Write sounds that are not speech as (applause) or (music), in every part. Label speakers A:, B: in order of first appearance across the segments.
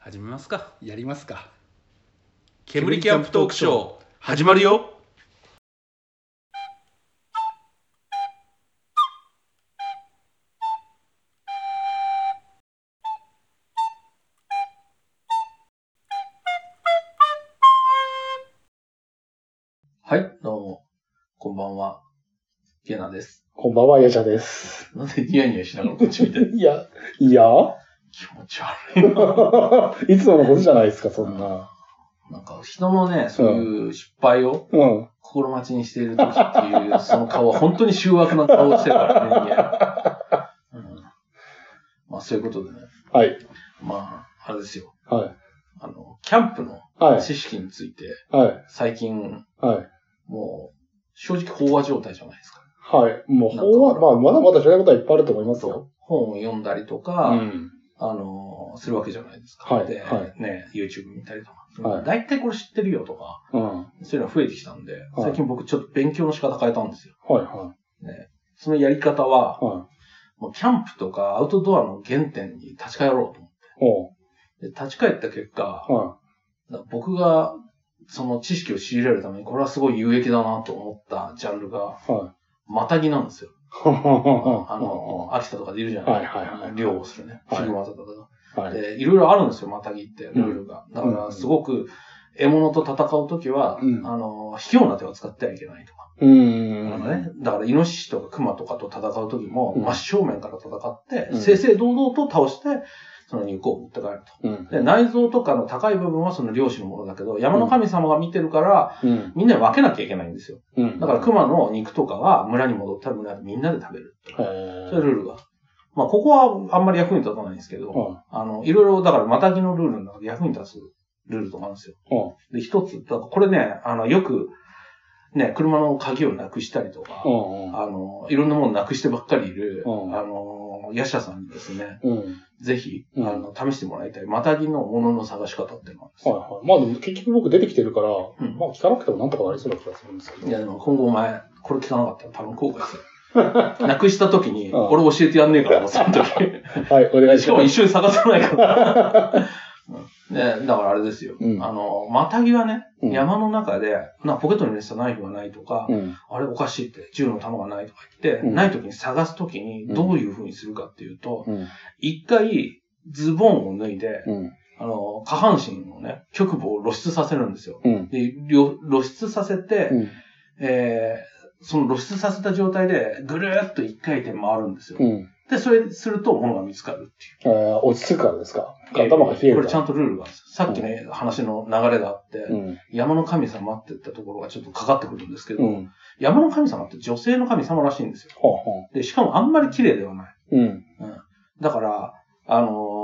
A: 始めますか
B: やりますか
A: 煙キャンプトークショー始まるよ
C: はい、どうも。こんばんは。ゲナです。
D: こんばんは、やじゃです。
C: なんでニヤニヤしながらこっち見て
D: いや、いや (laughs)
C: 気持ち悪
D: いつものことじゃないですか、そんな。
C: い。なんか、人のね、そういう失敗を
D: うん。
C: 心待ちにしている時っていう、その顔は本当に醜悪な顔をしてるからね、人間。うん、まあ、そういうことでね。
D: はい。
C: まあ、あれですよ。
D: はい。
C: あの、キャンプの
D: はい。
C: 知識について、
D: はい。
C: 最近、
D: はい。
C: もう、正直飽和状態じゃないですか。
D: はい。もう、法は、まあ、まだまだ知らないことはいっぱいあると思いますよ。
C: 本を読んだりと
D: う
C: か、
D: ん。
C: あの、するわけじゃないですか。
D: はい
C: で、
D: は
C: ね、YouTube 見たりとか。
D: はい
C: 大体これ知ってるよとか、
D: うん。はい
C: そういうのが増えてきたんで、最近僕ちょっと勉強の仕方変えたんですよ。
D: は。、
C: ね、そのやり方はい
D: はい。
C: もうキャンプとかアウトドアの原点に立ち返ろうと思
D: お
C: っ
D: う。
C: て。で立ち返った結果、
D: は
C: 僕がその知識を仕入れるために、これはすごい有益だなと思ったジャンルが、
D: い。はい。
C: マタギなんですよ。あ
D: あ
C: の、、秋田とかでいるじゃない
D: はい
C: です
D: はい
C: か。
D: はい。
C: 漁をするね。
D: はい
C: ヒグマとかが。
D: (laughs) はい。
C: で、いろいろあるんですよ、マタギって、ル
D: ん
C: ールが。だから、すごく、獲物と戦うときは、
D: うん
C: あの、卑怯な手を使ってはいけないとか。
D: うー
C: あ
D: ん。
C: のね、だから、イノシシとかクマとかと戦うときも、
D: うん
C: 真正面から戦って、
D: うん
C: 正々堂々と倒して、その肉を持って帰る
D: うん。
C: と。で、内臓とかの高い部分はその漁師のものだけど、山の神様が見てるから、
D: うん。
C: みんなに分けなきゃいけないんですよ。
D: うん。
C: だから、クマの肉とかは村に戻ったら村でみんなで食べる。そ
D: へ
C: ういう
D: ー、
C: ルールが。まあ、ここはあんまり役に立たないんですけど、
D: は
C: あの、いろいろ、だから、マタギのルールの中で役に立つルールとかあるんですよ。
D: い。は
C: で、一つ、だからこれね、あの、よく、ね、車の鍵をなくしたりとか
D: い。、うん。
C: あの、いろんなものなくしてばっかりいる、
D: うん
C: あの、ヤシャさんにですね、
D: うん。はい
C: ぜひ、あ
D: うん
C: の、試してもらいたい、マタギのものの探し方っていうのがあるんですよ。
D: はい。まあ、でも結局僕出てきてるから、
C: うん
D: まあ、聞かなくてもなんとかなりそうな気がするんですけど。
C: いや、でも今後お前、これ聞かなかったら多分後悔す
D: (laughs)
C: る。なくした時に、
D: うん
C: 俺教えてやんねえから、もうその時。
D: はい、お願い
C: し
D: し
C: かも
D: ま
C: 一
D: す。
C: 緒に探さないから。 (laughs) うんね、だからあれですよ。
D: うん
C: あの、マタギはね、
D: うん
C: 山の中で、なポケットに入れてたナイフがないとか、
D: うん。
C: あれおかしいって、銃の弾がないとか言って、
D: うん
C: ない時に探す時に
D: うん
C: どういう風にするかっていうと、
D: うん。
C: 一回ズボンを脱いで、
D: うん。
C: あの、下半身のね、局部を露出させるんですよ。
D: うん。
C: で、露露出させて、
D: うん。
C: えーその露出させた状態で、ぐるーっと一回転回るんですよ。
D: うん。
C: で、それすると物が見つかるっていう。
D: えー落ち着くからですか頭が冷える
C: こ
D: から。
C: れちゃんとルールがあるんですさっきの話の流れがあって、
D: うん。
C: 山の神様って言ったところがちょっとかかってくるんですけど、
D: うん。
C: 山の神様って女性の神様らしいんですよ。
D: ほうほ
C: で、しかもあんまり綺麗ではない。
D: う。うん。
C: だから、あのー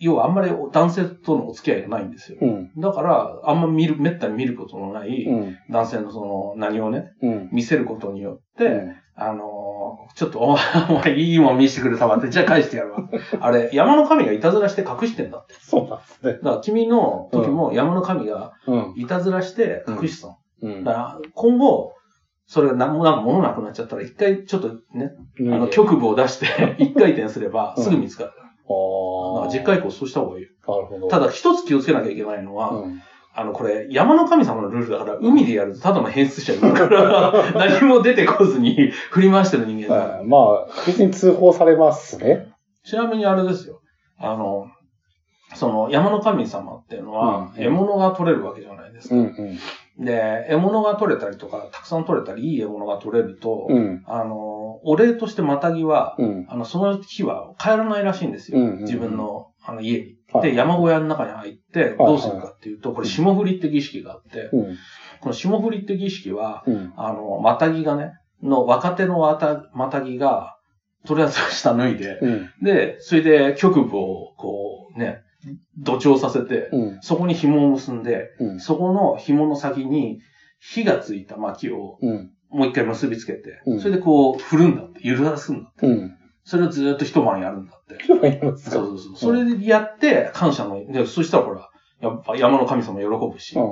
C: 要はあんまり男性とのお付き合いがないんですよ。
D: うん。
C: だから、あんま見る、めったに見ることのない
D: うん。
C: 男性のその何をね、
D: うん。
C: 見せることによって、
D: うん
C: あのーちょっとお前、お前いいもん見せてくれたわって、じゃあ返してやるわ。あれ、山の神がいたずらして隠してんだって。
D: そうなんですね。
C: だから君の時も山の神が
D: うん。
C: いたずらして隠してたの。
D: うん
C: だ。から、今後、それが何もなんか物なくなっちゃったら、一回ちょっとね、あの、局部を出
D: (laughs)
C: して、一回転すれば、
D: うん
C: すぐ見つかる。だ
D: ああ。
C: から、実家以降そうした方がいいよ。
D: なるほど。
C: た、だ、一つ気をつけなきゃいけないのは、
D: うん。
C: あの、これ、山の神様のルールだから、海でやると、ただの変質者になる
D: (laughs)
C: から、何も出てこずに振り回してる人間になる
D: はいまあ、確実に通報されますね。
C: ちなみにあれですよ。あの、その、山の神様っていうのは、
D: うん
C: 獲物が取れるわけじゃないですか。
D: うん。うん。
C: で、獲物が取れたりとか、たくさん取れたり、いい獲物が取れると、
D: うん。
C: あの、お礼としてマタギは、
D: うん。
C: あの、その日は帰らないらしいんですよ。
D: うんうん
C: 自分のあの家に。
D: はい
C: で、山小屋の中に入って、どうするかっていうと、これ、霜降りって儀式があって、
D: うん。
C: この霜降りって儀式は、
D: うん。
C: あの、マタギがね、の若手のわたマタギが、とりあえず下脱いで、
D: うん。
C: で、それで局部をこうね、土調させて、
D: うん。
C: そこに紐を結んで、
D: うん。
C: そこの紐の先に火がついた薪を
D: うん。
C: もう一回結びつけて、
D: うん
C: それでこう振るんだって、揺らすんだって。
D: うん。
C: それをずーっと一晩やるんだって。
D: 今言います
C: そ
D: か
C: うそうそう。それでやって、感謝の、でそしたらほら、やっぱ山の神様喜ぶし、
D: う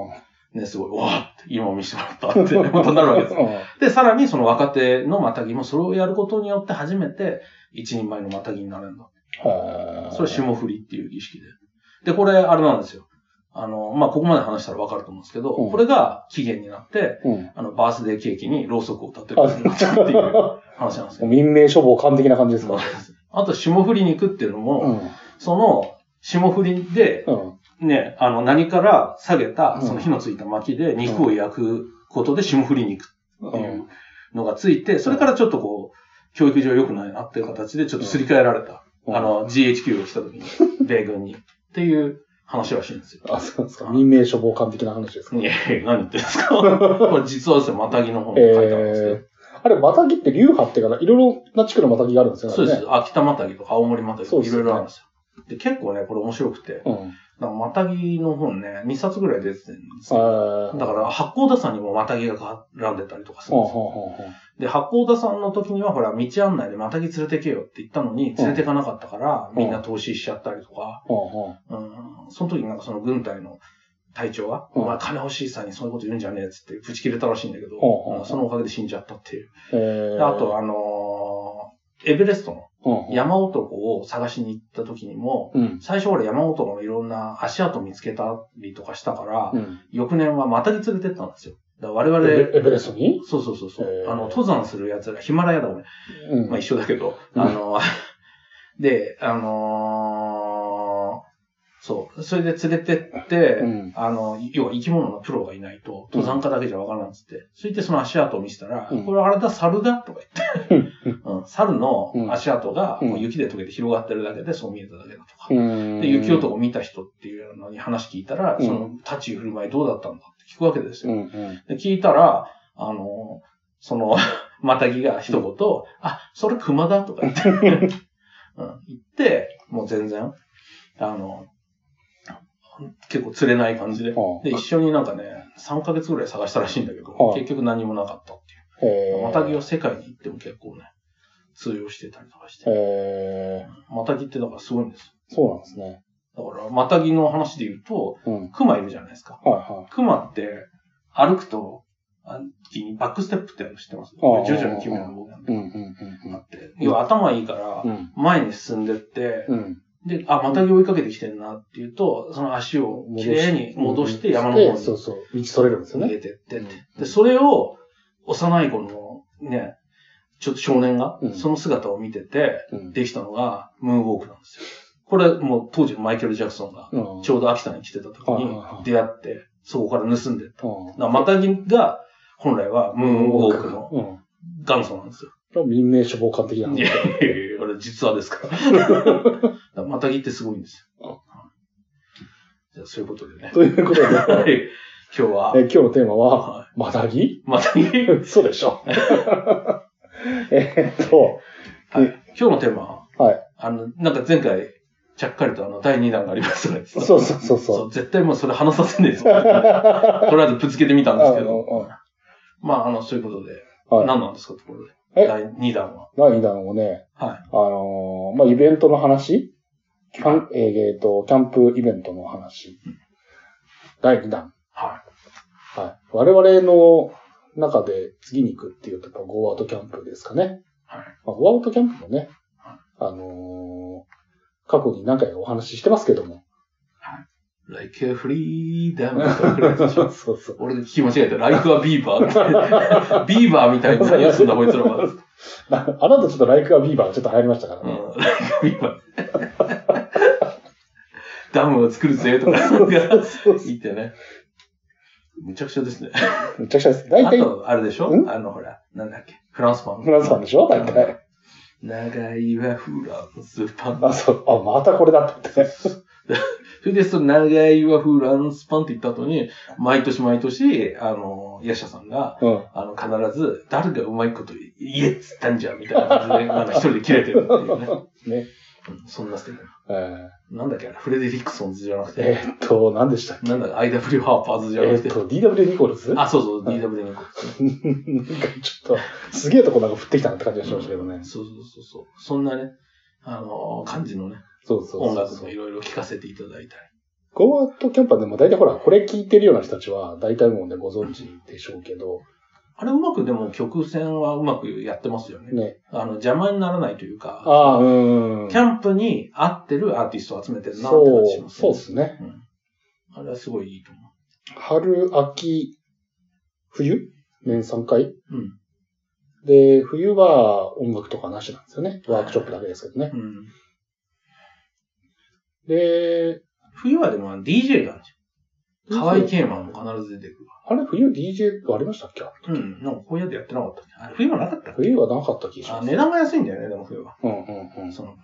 C: ね、すごい、わーって、今見せてもらったって、 (laughs) またなるわけですよ。で、さらにその若手のマタギもそれをやることによって初めて一人前のマタギになれるんだ。
D: は
C: それ、霜降りっていう儀式で。で、これ、あれなんですよ。あの、まあ、ここまで話したらわかると思うんですけど、
D: うん
C: これが期限になって、
D: うん。
C: あの、バースデーケーキにろうそくを立てる
D: あ
C: って
D: (laughs)
C: いう話なんですよ。
D: 民命処方完璧な感じですか。
C: あと、霜降り肉っていうのも、
D: うん。
C: その、霜降りで、
D: うん。
C: ね、あの、何から下げた、
D: うん
C: その火のついた薪で肉を焼くことで霜降り肉って
D: う
C: い
D: ん。
C: うのがついて、それからちょっとこう、教育上良くないなっていう形でちょっとすり替えられた。あの、GHQ が来た時
D: (laughs)
C: に、米軍に。っていう話らしいんですよ。
D: あ、そうですか。民命処方完璧な話ですか。
C: いやいや、何言ってんですか
D: (laughs)
C: これ実はですね、またぎの方に書いてあるんですけど。
D: えー、あれ、またぎって流派っていうかな、いろいろな地区のまたぎがあるんですよね。
C: そうです。秋田またぎとか青森またぎ
D: そ
C: と
D: う
C: か
D: で
C: い
D: すよ
C: ろ
D: ね
C: いろあるんですよ。で、結構ね、これ面白くて、
D: あれね。
C: なんかまたぎの本ね、2冊ぐらい出てるんです
D: うん。
C: よ。
D: あー
C: だから、八甲田山にもまたぎが絡んでたりとかする
D: ほ
C: ん
D: う
C: ですよ。
D: ほうほうほう
C: で、八甲田山の時には、ほら、道案内でまたぎ連れてけよって言ったのに、連れてかなかったから、
D: うん
C: みんな投資しちゃったりとか、
D: ほうほう
C: うん、その時になんかその軍隊の隊長が、
D: うん
C: お前金欲しいさんにそういうこと言うんじゃねえっつって、ぶち切れたらしいんだけど、
D: うんうん
C: うんそのおかげで死んじゃったっていう。
D: えー
C: であと、あのーエベレストの
D: うん
C: 山男を探しに行った時にも、
D: うん。
C: 最初俺山男のいろんな足跡見つけたりとかしたから、
D: うん。
C: 翌年はまたぎ連れてったんですよ。だから我
D: エ
C: 々、
D: ベエベレストに
C: そうそうそうそう、
D: へー
C: あの、登山する奴ら、ヒマラヤだもんね。
D: うん。
C: まあ一緒だけど、
D: うん
C: あの、 (laughs) で、あのーそう、それで連れてって、
D: うん
C: あの、要は生き物のプロがいないと、登山家だけじゃわからんっつって、それでその足跡を見せたら、
D: うん
C: これあれだ、猿だとか言って、うん、猿の足跡が
D: うん
C: もう雪で溶けて広がってるだけで、そう見えただけだとか。
D: うん。
C: で、雪男を見た人っていうのに話聞いたら、
D: うん
C: その立ち居振る舞いどうだったんだって聞くわけです
D: う
C: よ。
D: ん。うん。
C: で、聞いたら、あの、その、 (laughs) またぎが一言、あ、それ熊だとか言
D: (laughs)
C: って、うん、言って、もう全然、あの、結構釣れない感じで。
D: は
C: で、一緒になんかね、3ヶ月ぐらい探したらしいんだけど、
D: はい
C: 結局何もなかったって
D: あ
C: いう。
D: へ
C: またぎ
D: を。
C: は世界に行っても結構ね、通用してたりとかして。
D: え
C: またぎってだからすごいんです
D: ー、そうなんですね。
C: よ。だから、またぎの話で言うと、
D: うん。はい
C: 熊いるじゃないですか。
D: は
C: 熊って、歩くと、あ時にバックステップってやるの知ってます
D: ああ
C: 徐々に奇妙な動きなん
D: い。う
C: で
D: んうん
C: あって。要は頭いいから
D: うんう、ん。
C: 前に進んでって、
D: うん。
C: で、あ、また追いかけてきてんなっていうと、その足を
D: 戻
C: き
D: し
C: れいに戻して山の方
D: で
C: に
D: そうそう。道それるんですよ
C: 逃
D: ね。
C: げてってって
D: うん
C: で、それを幼い頃のね、ちょっと少年が
D: うん、
C: その姿を見てて、
D: うん。
C: できたのがムーンウォークなんですよ。これもう当時のマイケル・ジャクソンが、
D: うん、
C: ちょうど秋田に来てた時
D: はい
C: に
D: はいはい
C: 出会って、そこから盗んでった
D: うん
C: だからマタギが、本来はムーンウォークの
D: うん。
C: 元祖なんですよ。
D: これは民命処方官的な話
C: いやいやい (laughs) や、これ実話ですから。 (laughs) だからマタギってすごいんですよ。じゃあそういうことでね。 (laughs)
D: ということで、
C: はい今日は
D: え、今日のテーマは、
C: は
D: マタギ (laughs)
C: いマタギ。はい
D: 嘘でし
C: (laughs)
D: ょ。えーっと、
C: 今日のテーマは、
D: はい
C: あの、なんか前回、ちゃっかりとあの、第2弾がありましたね。
D: そうそうそうそう。
C: う絶対もうそれ話させ
D: (laughs)
C: ねえぞ。とりあえずぶつけてみたんですけど。
D: あ
C: まあ、あの、そういうことで。
D: のはい。
C: 何なんですか、ところで。
D: え
C: 第2弾は。
D: 第2弾をね、
C: はい
D: あのーまあ、イベントの話キャン、えーえーっと、キャンプイベントの話。第2弾。
C: は
D: はい。我々の中で次に行くっていうと、やっぱゴーアウトキャンプですかね。
C: はい
D: まあ、ゴーアウトキャンプもね
C: は、
D: あのー過去に何回かお話ししてますけども。
C: い。Like a freedom くらいで
D: (laughs)
C: しょ
D: そうそう。
C: 俺で聞き間違えた。ライクはビーバー (laughs) って。ビーバーみたいに何をすんだ、こいつらは。うん。
D: なあなたちょっとライクアビーバーがちょっと流行りましたからね。
C: (laughs) ライクビーバー。ダムを作るぜ、と
D: (laughs)
C: か、なんか
D: そうそう
C: 言ってね。むちゃくちゃですね。
D: めちゃくちゃです。大
C: あ
D: 体、
C: と、あれでしょ
D: ん
C: あの、ほら、なんだっけ。フランスパン。
D: フランスパンでしょ大体。
C: 長いはフランスパン。
D: あ、そう。あ、またこれだって言ってね。
C: それで、その長いはフランスパンって言った後に、毎年毎年、あの、ヤシャさんが、
D: うん。
C: あの、必ず、誰がうまいこと言えっつったんじゃ、みたいな感じで、なんか一人で切れてるっていうね。
D: (laughs) ね。
C: うんそんなステー
D: えー
C: ジ。なんだっけ、あれフレデリックソンズじゃなくて、
D: えーっと、何でしたっけ
C: なんだっけ、IW ハーパーズじ
D: え
C: ゃなく、
D: ーってと、DW ニコルズ
C: あ、そうそう、DW ニコルズね。
D: なんかちょっと、すげえとこなんか降ってきたなって感じがしましたけどね。
C: そうそうそうそう。そんなね、あのー、感じのね、
D: そうそうそう。
C: 音楽もいろいろ聴かせていただいたり。
D: ゴーアウトキャンパーでも大体ほら、これ聞いてるような人たちは、大体もうね、ご存知でしょうけど、
C: あれうまくでも曲線はうまくやってますよね。
D: ね。
C: あの、邪魔にならないというか、
D: ああ、うん。
C: キャンプに合ってるアーティストを集めてるなって
D: そ
C: 感じし
D: う、
C: ます
D: そうですね。
C: うんあれはすごいいいと思
D: 春、秋、冬年3回
C: う。うん。
D: で、冬は音楽とかなしなんですよね。ワークショップだけですけどね。
C: うん、
D: で、
C: 冬はでも DJ なんですよ。河合慶馬も必ず出てくる。
D: あれ、冬 DJ ありましたっけ
C: うん。なんかこういうやつやってなかったっけあれ冬もなかったっ
D: 冬はなかった気
C: け
D: がし
C: あ
D: ます。
C: 値段が安いんだよね、でも冬は。
D: うんうんうん。
C: その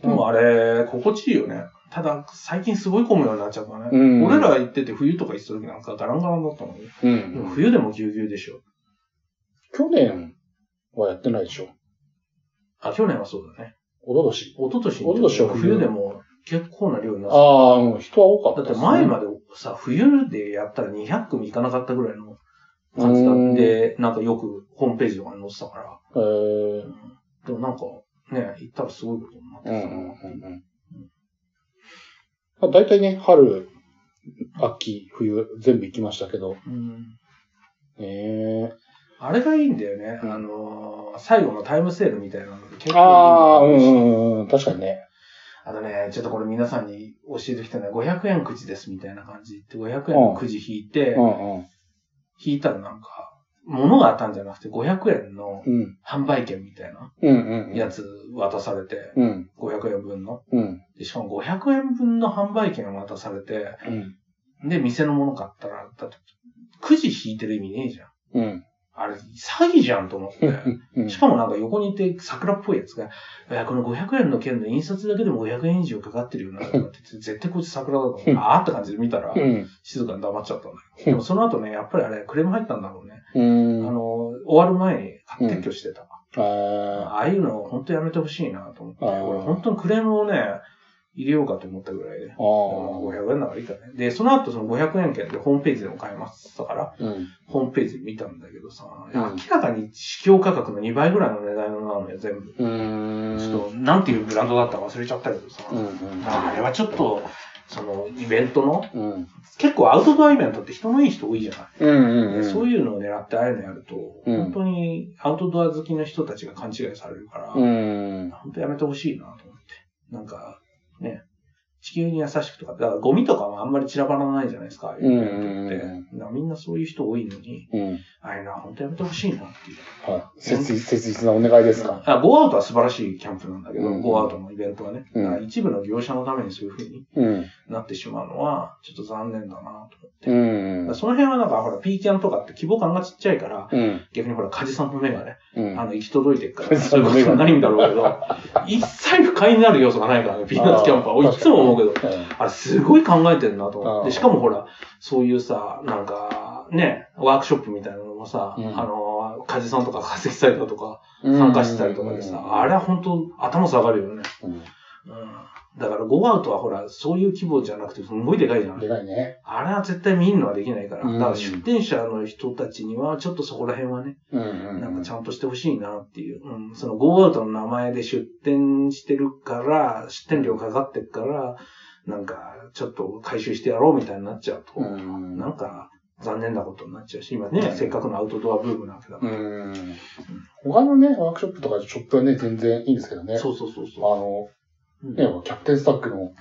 C: でもあれ、心地いいよね。ただ、最近すごい混むようになっちゃったね。
D: うん
C: 俺ら行ってて冬とか行った時なんかガランガランだったのに。
D: う
C: で
D: ん。
C: も冬でもぎゅうぎゅうでしょ。
D: 去年はやってないでしょ。
C: あ、去年はそうだね。
D: おととし。
C: 一昨年
D: 一昨年は冬
C: 冬でも結構な量になってた
D: ああ、うん人は多
C: だ
D: か
C: っ
D: っ
C: て
D: たですね。
C: 前までさ、冬でやったら200組いかなかったぐらいの感じだ
D: うん
C: で、なんかよくホームページとかに載ってたか
D: えー
C: ら。うんでもなんか、ね、行ったらすごいことになってた
D: うんうんうんうんまあ、大体ね、春、秋、冬、全部行きましたけど。
C: うん
D: ええ
C: あれがいいんだよね。あのー、最後のタイムセールみたいなのが結構いいんだよ
D: ああ、うんうんうん。確かにね。
C: あとね、ちょっとこれ皆さんに教えてきたのは500円くじですみたいな感じで、500円のくじ引いて、
D: うんうん。
C: 引いたらなんか、物が当たんじゃなくて500円の
D: うん。
C: 販売券みたいな
D: うんうんうん。
C: やつ渡されて、
D: うん。
C: 500円分の。
D: うん。
C: でしかも500円分の販売券を渡されて、
D: うん。
C: で、店のもの買ったら、だって、くじ引いてる意味ねえじゃん。
D: うん。
C: あれ、詐欺じゃんと思って。
D: うん
C: しかもなんか横にいて桜っぽいやつが、いやこの500円の券の印刷だけでも500円以上かかってるよな、とかって言って、絶対こいつ桜だと思って、あーって感じで見たら
D: う、ん。
C: 静かに黙っちゃったんだけど。でもその後ね、やっぱりあれ、クレーム入ったんだろうね。
D: う
C: あ
D: ん。
C: の、終わる前に撤去してた。
D: ああ。
C: ああいうの本当やめてほしいなと思って、
D: あー
C: 俺本当にクレームをね、入れようかと思ったぐらいで。
D: あ
C: ま
D: あ。
C: あ500円ならいいかね。で、その後その500円券でホームページでも買えます。だから、
D: うん。
C: ホームページ見たんだけどさ、
D: うん
C: 明らかに市況価格の2倍ぐらいの値段なのよ、全部。
D: う
C: ち
D: ん。
C: ょっと、なんていうブランドだったか忘れちゃったけどさ、
D: うん
C: あれはちょっと、その、イベントの、
D: うん。うん。
C: 結構アウトドアイベントって人のいい人多いじゃない。
D: うんうん。
C: そう
D: い
C: いうのを狙ってああいうのやると、
D: うん
C: 本当にアウトドア好きの人たちが勘違いされるから、
D: うん。
C: 本当やめてほしいなと思って。なんか、ね、地球に優しくとか、だからゴミとかもあんまり散らばらないじゃないですか、ああいうイベントって。
D: うんうん
C: だからみんなそういう人多いのに、
D: うん。
C: あれな、本当やめてほしいなっていう。
D: はい。切実、切実なお願いですか。
C: あ、ゴーアウトは素晴らしいキャンプなんだけど、
D: うん
C: ゴーアウトのイベントはね。
D: うん
C: だから一部の業者のためにそういう風に
D: うん。
C: なってしまうのは、ちょっと残念だなと思って。
D: う
C: だ
D: ん
C: から。その辺はなんか、ほら、ピーキャンとかって規模感がちっちゃいから、
D: うん。
C: 逆にほら、カジさんの目がね、
D: うん。
C: あの、行き届いてるか
D: カ
C: ら、
D: ジさ
C: そ
D: ん
C: うい
D: の
C: うこ
D: 目
C: と
D: が
C: になるんだろうけど、
D: (laughs)
C: 一切不快になる要素がないからね、ピーナッツキャンプは。俺いつも思うけど、
D: ど。
C: あれすごい考えてるなと思っ
D: あー
C: て。しかもほら、そういうさ、なんか、ね、ワークショップみたいなのもさ、
D: うん
C: あの、カジさんとか化石サイトとか
D: うん
C: 参加してたりとかでさ、あれは本当頭下がるよね。
D: うん
C: うん。だからゴーアウトはほら、そういう規模じゃなくて、すんごいでかいじゃん
D: で。かいね。
C: あれは絶対見るのはできないから。
D: うん
C: だから出店者の人たちには、ちょっとそこら辺はね、
D: うんうん。
C: なんかち
D: ん
C: ゃんとしてほしいなっていう。うん。そのゴーアウトの名前で出店してるから、出店料かかってるから、なんか、ちょっと回収してやろうみたいになっちゃうと、
D: うん
C: なんか、残念なことになっちゃうし、今ね、
D: うん
C: せっかくのアウトドアブームなわけだか
D: うん。他のね、ワークショップとかショップはね、全然いいんですけどね。
C: ら。そうそうそう
D: あ
C: そ
D: の、
C: う。うん
D: ね、キャプテンスタックの、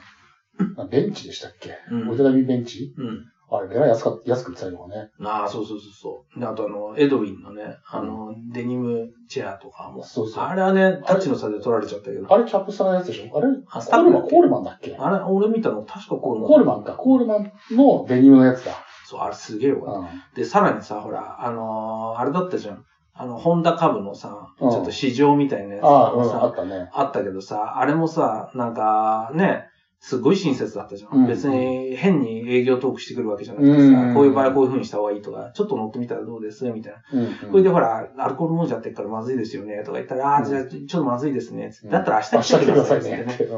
D: ベンチでしたっけ
C: うん
D: 折りたたみベンチ
C: うん。
D: あれ、えらい安か安く売ってたよね。
C: ああ、そうそうそうそう。で、あとあの、エドウィンのね、あの、デニムチェアとかも。
D: そうそう。
C: あれはね、タッチの差で取られちゃったけど。
D: あれ、キャプスタのやつでしょあれ、
C: あス
D: コ
C: タッ
D: ー
C: ク
D: ル
C: だ
D: マ
C: っけ
D: ン、コールマンだっけ
C: あれ、俺見たの、確かこう。
D: コールマンか。コールマンのデニムのやつだ。
C: そう、あれすげえよかった。
D: うん。
C: で、さらにさ、ほら、あのーあれだったじゃん。あの、ホンダ株のさ、ち
D: うん
C: ょっと市場みたいなやつ
D: ああ、う
C: が
D: ん、あ
C: さ、
D: ったね。
C: あったけどさ、あれもさ、なんか、ね、すごい親切だったじゃん。
D: うん
C: 別に変に営業トークしてくるわけじゃなくてさ、
D: うん
C: こういう場合はこういう風にした方がいいとか、ちょっと乗ってみたらどうですみたいな。
D: うん、
C: それでほら、アルコール飲んじゃってるからまずいですよね、とか言ったら、あ
D: う
C: あ、
D: ん
C: じゃあちょっとまずいですね。
D: うん
C: だったら明
D: 明
C: 日
D: 日
C: 来て
D: 来
C: く
D: てく
C: だ
D: だ
C: さ
D: さ
C: い
D: い
C: っつって
D: ね
C: ね。。
D: う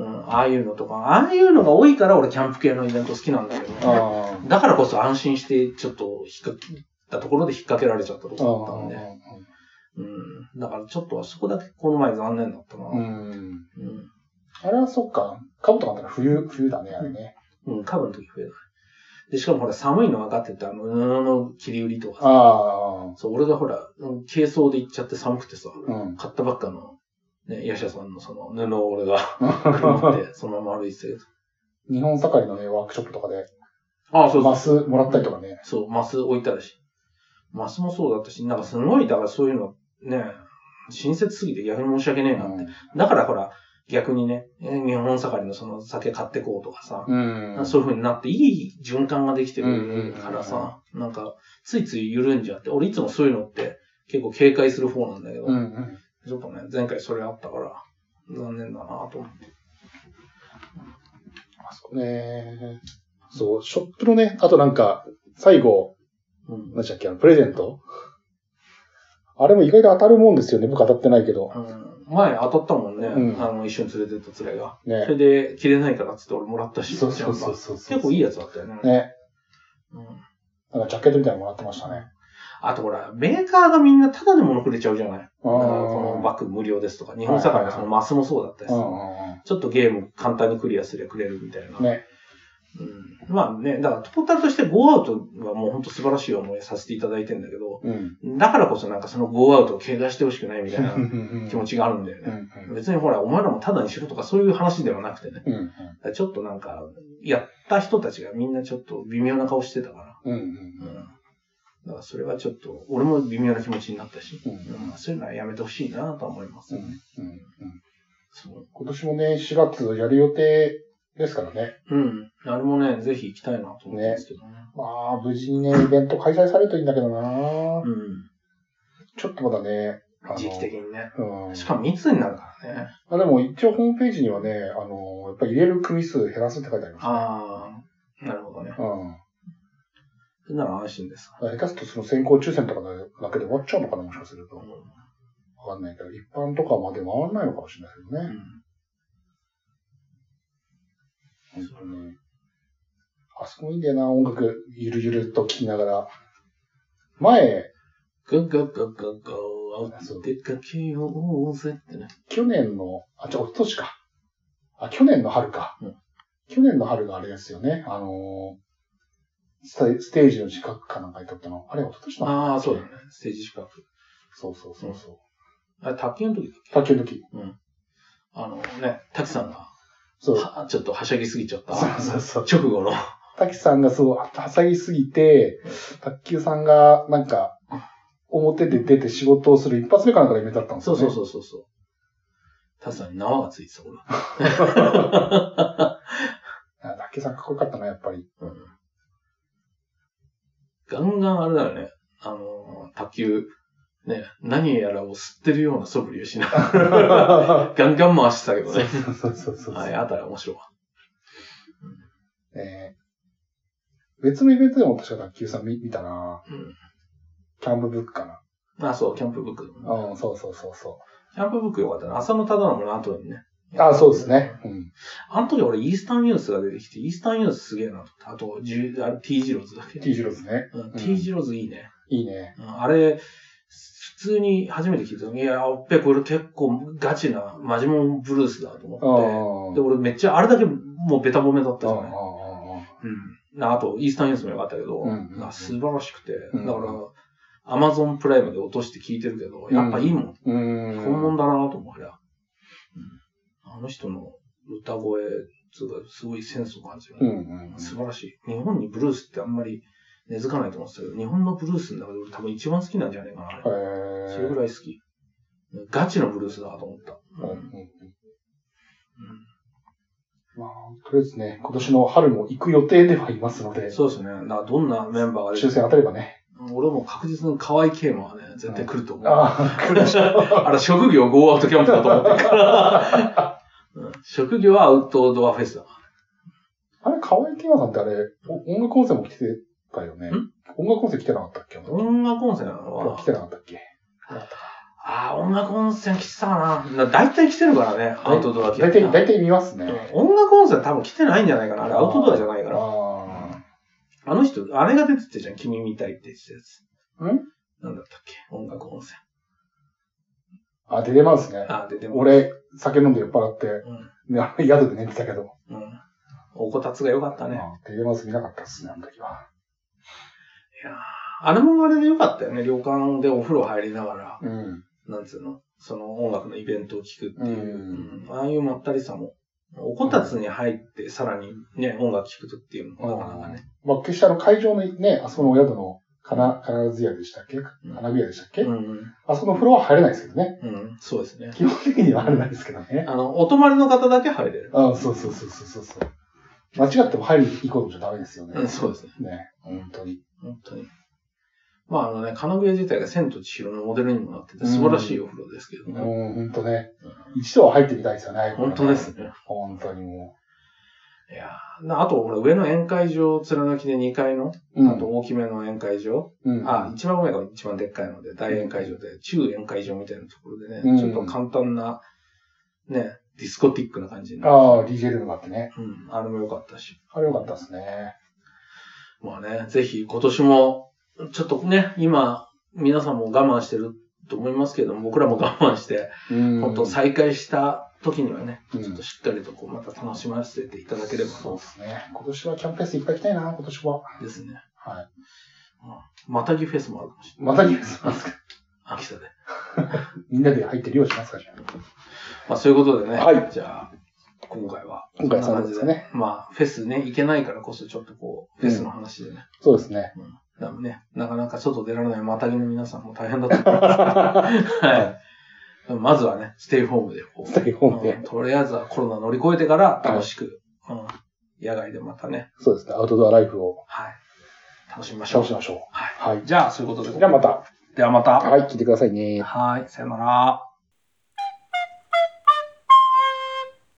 D: んうん
C: うん、ああいうのとか、ああいうのが多いから俺キャンプ系のイベント好きなんだけど。
D: あ
C: だからこそ安心して、ちょっと引っかけたところで引っ掛けられちゃったとこ
D: あ。
C: ろだったんで。うん。だからちょっとそこだけこの前残念だったな。
D: う
C: うん。
D: ん。あれはそっか。カブトがあったら冬、冬だね、あれね。
C: うん、カブの時増えない。で、しかもほら、寒いの分かってて、あの、布の切り売りとかさ。
D: ああ、
C: そう、俺がほら、うん軽装で行っちゃって寒くてさ、
D: うん。
C: 買ったばっかの、ね、ヤシャさんのその布を (laughs) 俺が持って、そのまま歩いてたけど。
D: 日本境のね、ワークショップとかで、
C: ああ、そうそう
D: マ。スもらったりとかね。
C: そう、マス置いてあるし。マスもそうだったし、なんかすごい、だからそういうの、ね、親切すぎて逆に申し訳ねえなって。だからほら、逆にね、えー日本盛りのその酒買ってこうとかさ、
D: うん。うん
C: そういう風になっていい循環ができて
D: うんうん
C: るからさ、なんか、ついつい緩んじゃって、俺いつもそういうのって結構警戒する方なんだけど、
D: うんうん。
C: ちょっとね、前回それあったから、残念だなと思って。
D: あそこね。そう、ショップのね、あとなんか、最後、
C: うん。
D: なんでしたっけ、あの、プレゼントあれも意外と当たるもんですよね。僕当たってないけど。
C: うん前当たったもんね、
D: うん
C: あの、一緒に連れてった連れが。そ
D: ね。
C: れで、着れないからっつって俺もらったし、
D: そうそうそう
C: ジャン
D: そう。
C: パー結構いい
D: や
C: やつだったよね。
D: ね。
C: うん
D: なんかジャケットみたいなのもらってましたね。
C: あとほら、メーカーがみんなタダで物くれちゃうじゃないだ
D: あ
C: か
D: ー
C: らこのバッグ無料ですとか、日本社会のそのマスもそうだったり
D: う
C: さ、
D: んうんうん。
C: ちょっとゲーム簡単にクリアすりゃくれるみたいな。
D: ね。
C: うん、まあね、だからトータルとしてゴーアウトはもう本当素晴らしい思いさせていただいてんだけど、
D: うん。
C: だからこそなんかそのゴーアウトを怪我してほしくないみたいな気持
D: ち。
C: ちがあるんだよ
D: うん
C: ね。別にほら、お前らもタダにしろとかそういう話ではなくてね。
D: うん。
C: だからちょっとなんか、やった人たちがみんなちょっと微妙な顔してたから。
D: うん。うん。
C: うん。だからそれはちょっと、俺も微妙な気持ちになったし。
D: うん。
C: うんそういうのはやめてほしいなとは思います
D: う
C: よ
D: ん
C: ね。
D: うんうん
C: そう。
D: 今年もね、4月やる予定ですからね。
C: うん。あれもね、ぜひ行きたいなと思うんですけどね。
D: まあ、無事にね、イベント開催されるといいんだけどな
C: う
D: ちょっとまだね、あの
C: ん。時期的にね。
D: うん。
C: しかも密になるからね。
D: まあでも一応ホームページにはね、あの、やっぱり入れる組数減らすって書いてありますね。
C: ああ、なるほどね。
D: うん。
C: それなら安心です。
D: だから下手するとその先行抽選とかだけで終わっちゃうのかな、もしかすると。わかんないけど、一般とかまで回らないのかもしれないですけど
C: う
D: ね。
C: ん。
D: 本当に。あそこいいんだよな、音楽、ゆるゆると聴きながら。前、
C: ガガガガガ、
D: そう
C: 出かけようぜってね。
D: 去年の、あ、じゃあ、おととしか。あ、去年の春か。
C: うん
D: 去年の春があれですよね。あのーステ、ステージの近くかなんかに撮ったの。あれ、おととしの
C: ああ、そうだね。ステージ近く。
D: そうそうそうそう。
C: あれ、卓球の時だっけ
D: 卓球の時。
C: あのね、滝さんが、 (laughs)
D: そう。
C: はちょっとはしゃぎすぎちゃった。
D: そうそうそう。
C: 直後の。
D: 滝さんがすごい、あはしゃぎすぎて、卓球さんが、なんか、表で出て仕事をする一発目かなんかのイベントだったんです
C: そ
D: よ
C: う
D: ね。
C: そうそうそうそう。滝さんに縄がついてた、ほら。
D: あ卓球さんかっこよかったな、やっぱり。
C: うんガンガンあれだよね。あのー、卓球、ね、何やらを吸ってるような素振りをしなが
D: そう (laughs)
C: ら、ガンガン回してたけどね。
D: そうそうそう。
C: はい、あたり面白い。
D: えー別のイベントでも確か卓球さん見見たなキャンプブックかな。
C: うん。あ、そう、キャンプブック。
D: うん、そうそうそうそ
C: キャンプブックよかったな。浅野忠信の後にね。
D: う。あ、そうですね。うん。
C: あの時俺、イースタンユースが出てきて、イースタンユースすげえなと思って。あと、じゅあれ T ジローズだっけ
D: T 字路ですね。
C: うん、T ジローズいいね。
D: いいね。
C: うんあれ、普通に初めて聞いた時、いや、おっぺ、これ結構ガチな、マジモンブルースだと思
D: うん
C: って。で、俺めっちゃ、あれだけもうベタ褒めだった
D: う
C: じ
D: ん
C: ゃ
D: う
C: ない。
D: んうん
C: うん。なあと、イースタンユースも良かったけど、
D: うんうんうん
C: な素晴らしくて、
D: うん
C: だから、アマゾンプライムで落として聞いてるけど、やっぱいいもん。
D: うん。
C: 本物だなと思うよ、うん。あの人の歌声、つうかすごいセンスを感じる。
D: うんうん
C: 素晴らしい。日本にブルースってあんまり根付かないと思ってたけど、日本のブルースの中で俺多分一番好きなんじゃないかな。あれ
D: うん。
C: それぐ
D: い。
C: らい好き。ガチのブルースだなと思った。
D: うんうん
C: うん
D: うんまあ、とりあえずね、今年の春も行く予定ではいますので、
C: そうですね。だからどんなメンバーが出て
D: 抽選当たればね。
C: 俺も確実に河合啓馬はね、絶対来ると思う。あ
D: ああ、来るでしょ。
C: れ、職業ゴーアウトキャンプだと思ってる
D: (laughs)
C: から。うん職業はアウトドアフェスだ。
D: あれ、河合健馬さんってあれ、お音楽音声も来てたよね
C: ん。
D: 音楽音声来てなかったっけ
C: 音楽音声なのは
D: 来てなかったっけ
C: ああ、音楽温泉来てたかな。な大体来てるからね、アウトドア系
D: 大体、大体見ますね。
C: うん音楽温泉多分来てないんじゃないかな。あれ、アウトドアじゃないから。
D: あ
C: あの人、あれが出てたじゃん。君みたいって言ってたやつ。
D: ん
C: なんだったっけ音楽温泉。
D: あ。あ、出てますね。
C: ああ、出ても。
D: 俺、酒飲んで酔っ払って、
C: うん。
D: ねあの宿で寝てたけど、
C: うん。おこたつが良かったね。
D: あテレマス見なかったっすね、あの時は。
C: いやーあれもあれで良かったよね。旅館でお風呂入りながら、
D: うん。
C: なんつうの、その音楽のイベントを聴くって
D: う
C: いう。うん
D: ん。
C: ああいうまったりさも。おこたつに入って、さらにね、音楽聴くっていうのもなかなかね。
D: まあ、決してあの会場のね、あそこのお宿の金、金津屋でしたっけ花火屋でしたっけ、
C: うん。
D: あそこの風呂は入れないですけどね。
C: うん。そうですね。
D: 基本的には入れないですけどね。
C: あの、お泊まりの方だけ入れる。
D: あそうそうそうそうそうそう。間違っても入りに行こうとじゃダメですよね。
C: うん、そうですね。
D: ね。本当に。
C: 本当に。まああのね、金具屋自体が千と千尋のモデルにもなってて素晴らしいお風呂ですけど
D: うん、
C: ね。
D: 本当ね。一度は入ってみたいですよね。
C: 本当です。ね。
D: 本当にも
C: いやーなあと、ほら、上の宴会場、貫きで2階の、
D: う。うん
C: あと、大きめの宴会場、
D: うん、
C: あ、一番上が一番でっかいので、大宴会場で、中宴会場みたいなところでね、
D: うん
C: ちょっと簡単な、ね、ディスコティックな感じになる
D: ああ、DJ ルームがあってね。
C: うん、あれも良かったし。
D: あれよかったですね。
C: まあね、ぜひ今年も、ちょっとね、今、皆さんも我慢してると思いますけど、僕らも我慢して、
D: うん
C: 本当再開した時にはね、
D: うん
C: ちょっとしっかりとこう、また楽しませていただければ
D: そうですね。今年はキャンペーンスいっぱい行きたいな、今年は。
C: ですね。
D: はい。
C: またぎフェスもあるかもしれ
D: またニュースしますか。
C: ない。秋田で。
D: みんなで入って漁しますか、じゃあ。
C: まあそういうことでね、
D: はい
C: じゃあ、今回は、
D: 今回はそんな感じですね。
C: まあ、フェスね、行けないからこそちょっとこう、フェスの話でね。
D: そうです
C: (laughs)
D: ね。
C: だもんね、なかなか外出られないまたぎの皆さんも大変だと思いますから。はい。まずはね、ステイホームでこう。
D: ステイホームで
C: うんとりあえずはコロナ乗り越えてから楽しく、うん、野外でまたね、
D: そうですね。アウトドアライフを
C: はい。楽しみましょう
D: 楽し。みましょう。
C: はい。
D: はい。
C: じゃあ、そういうことで。
D: じゃあまた。
C: ではまた。
D: はい、聞いてくださいね。
C: はい。さよなら。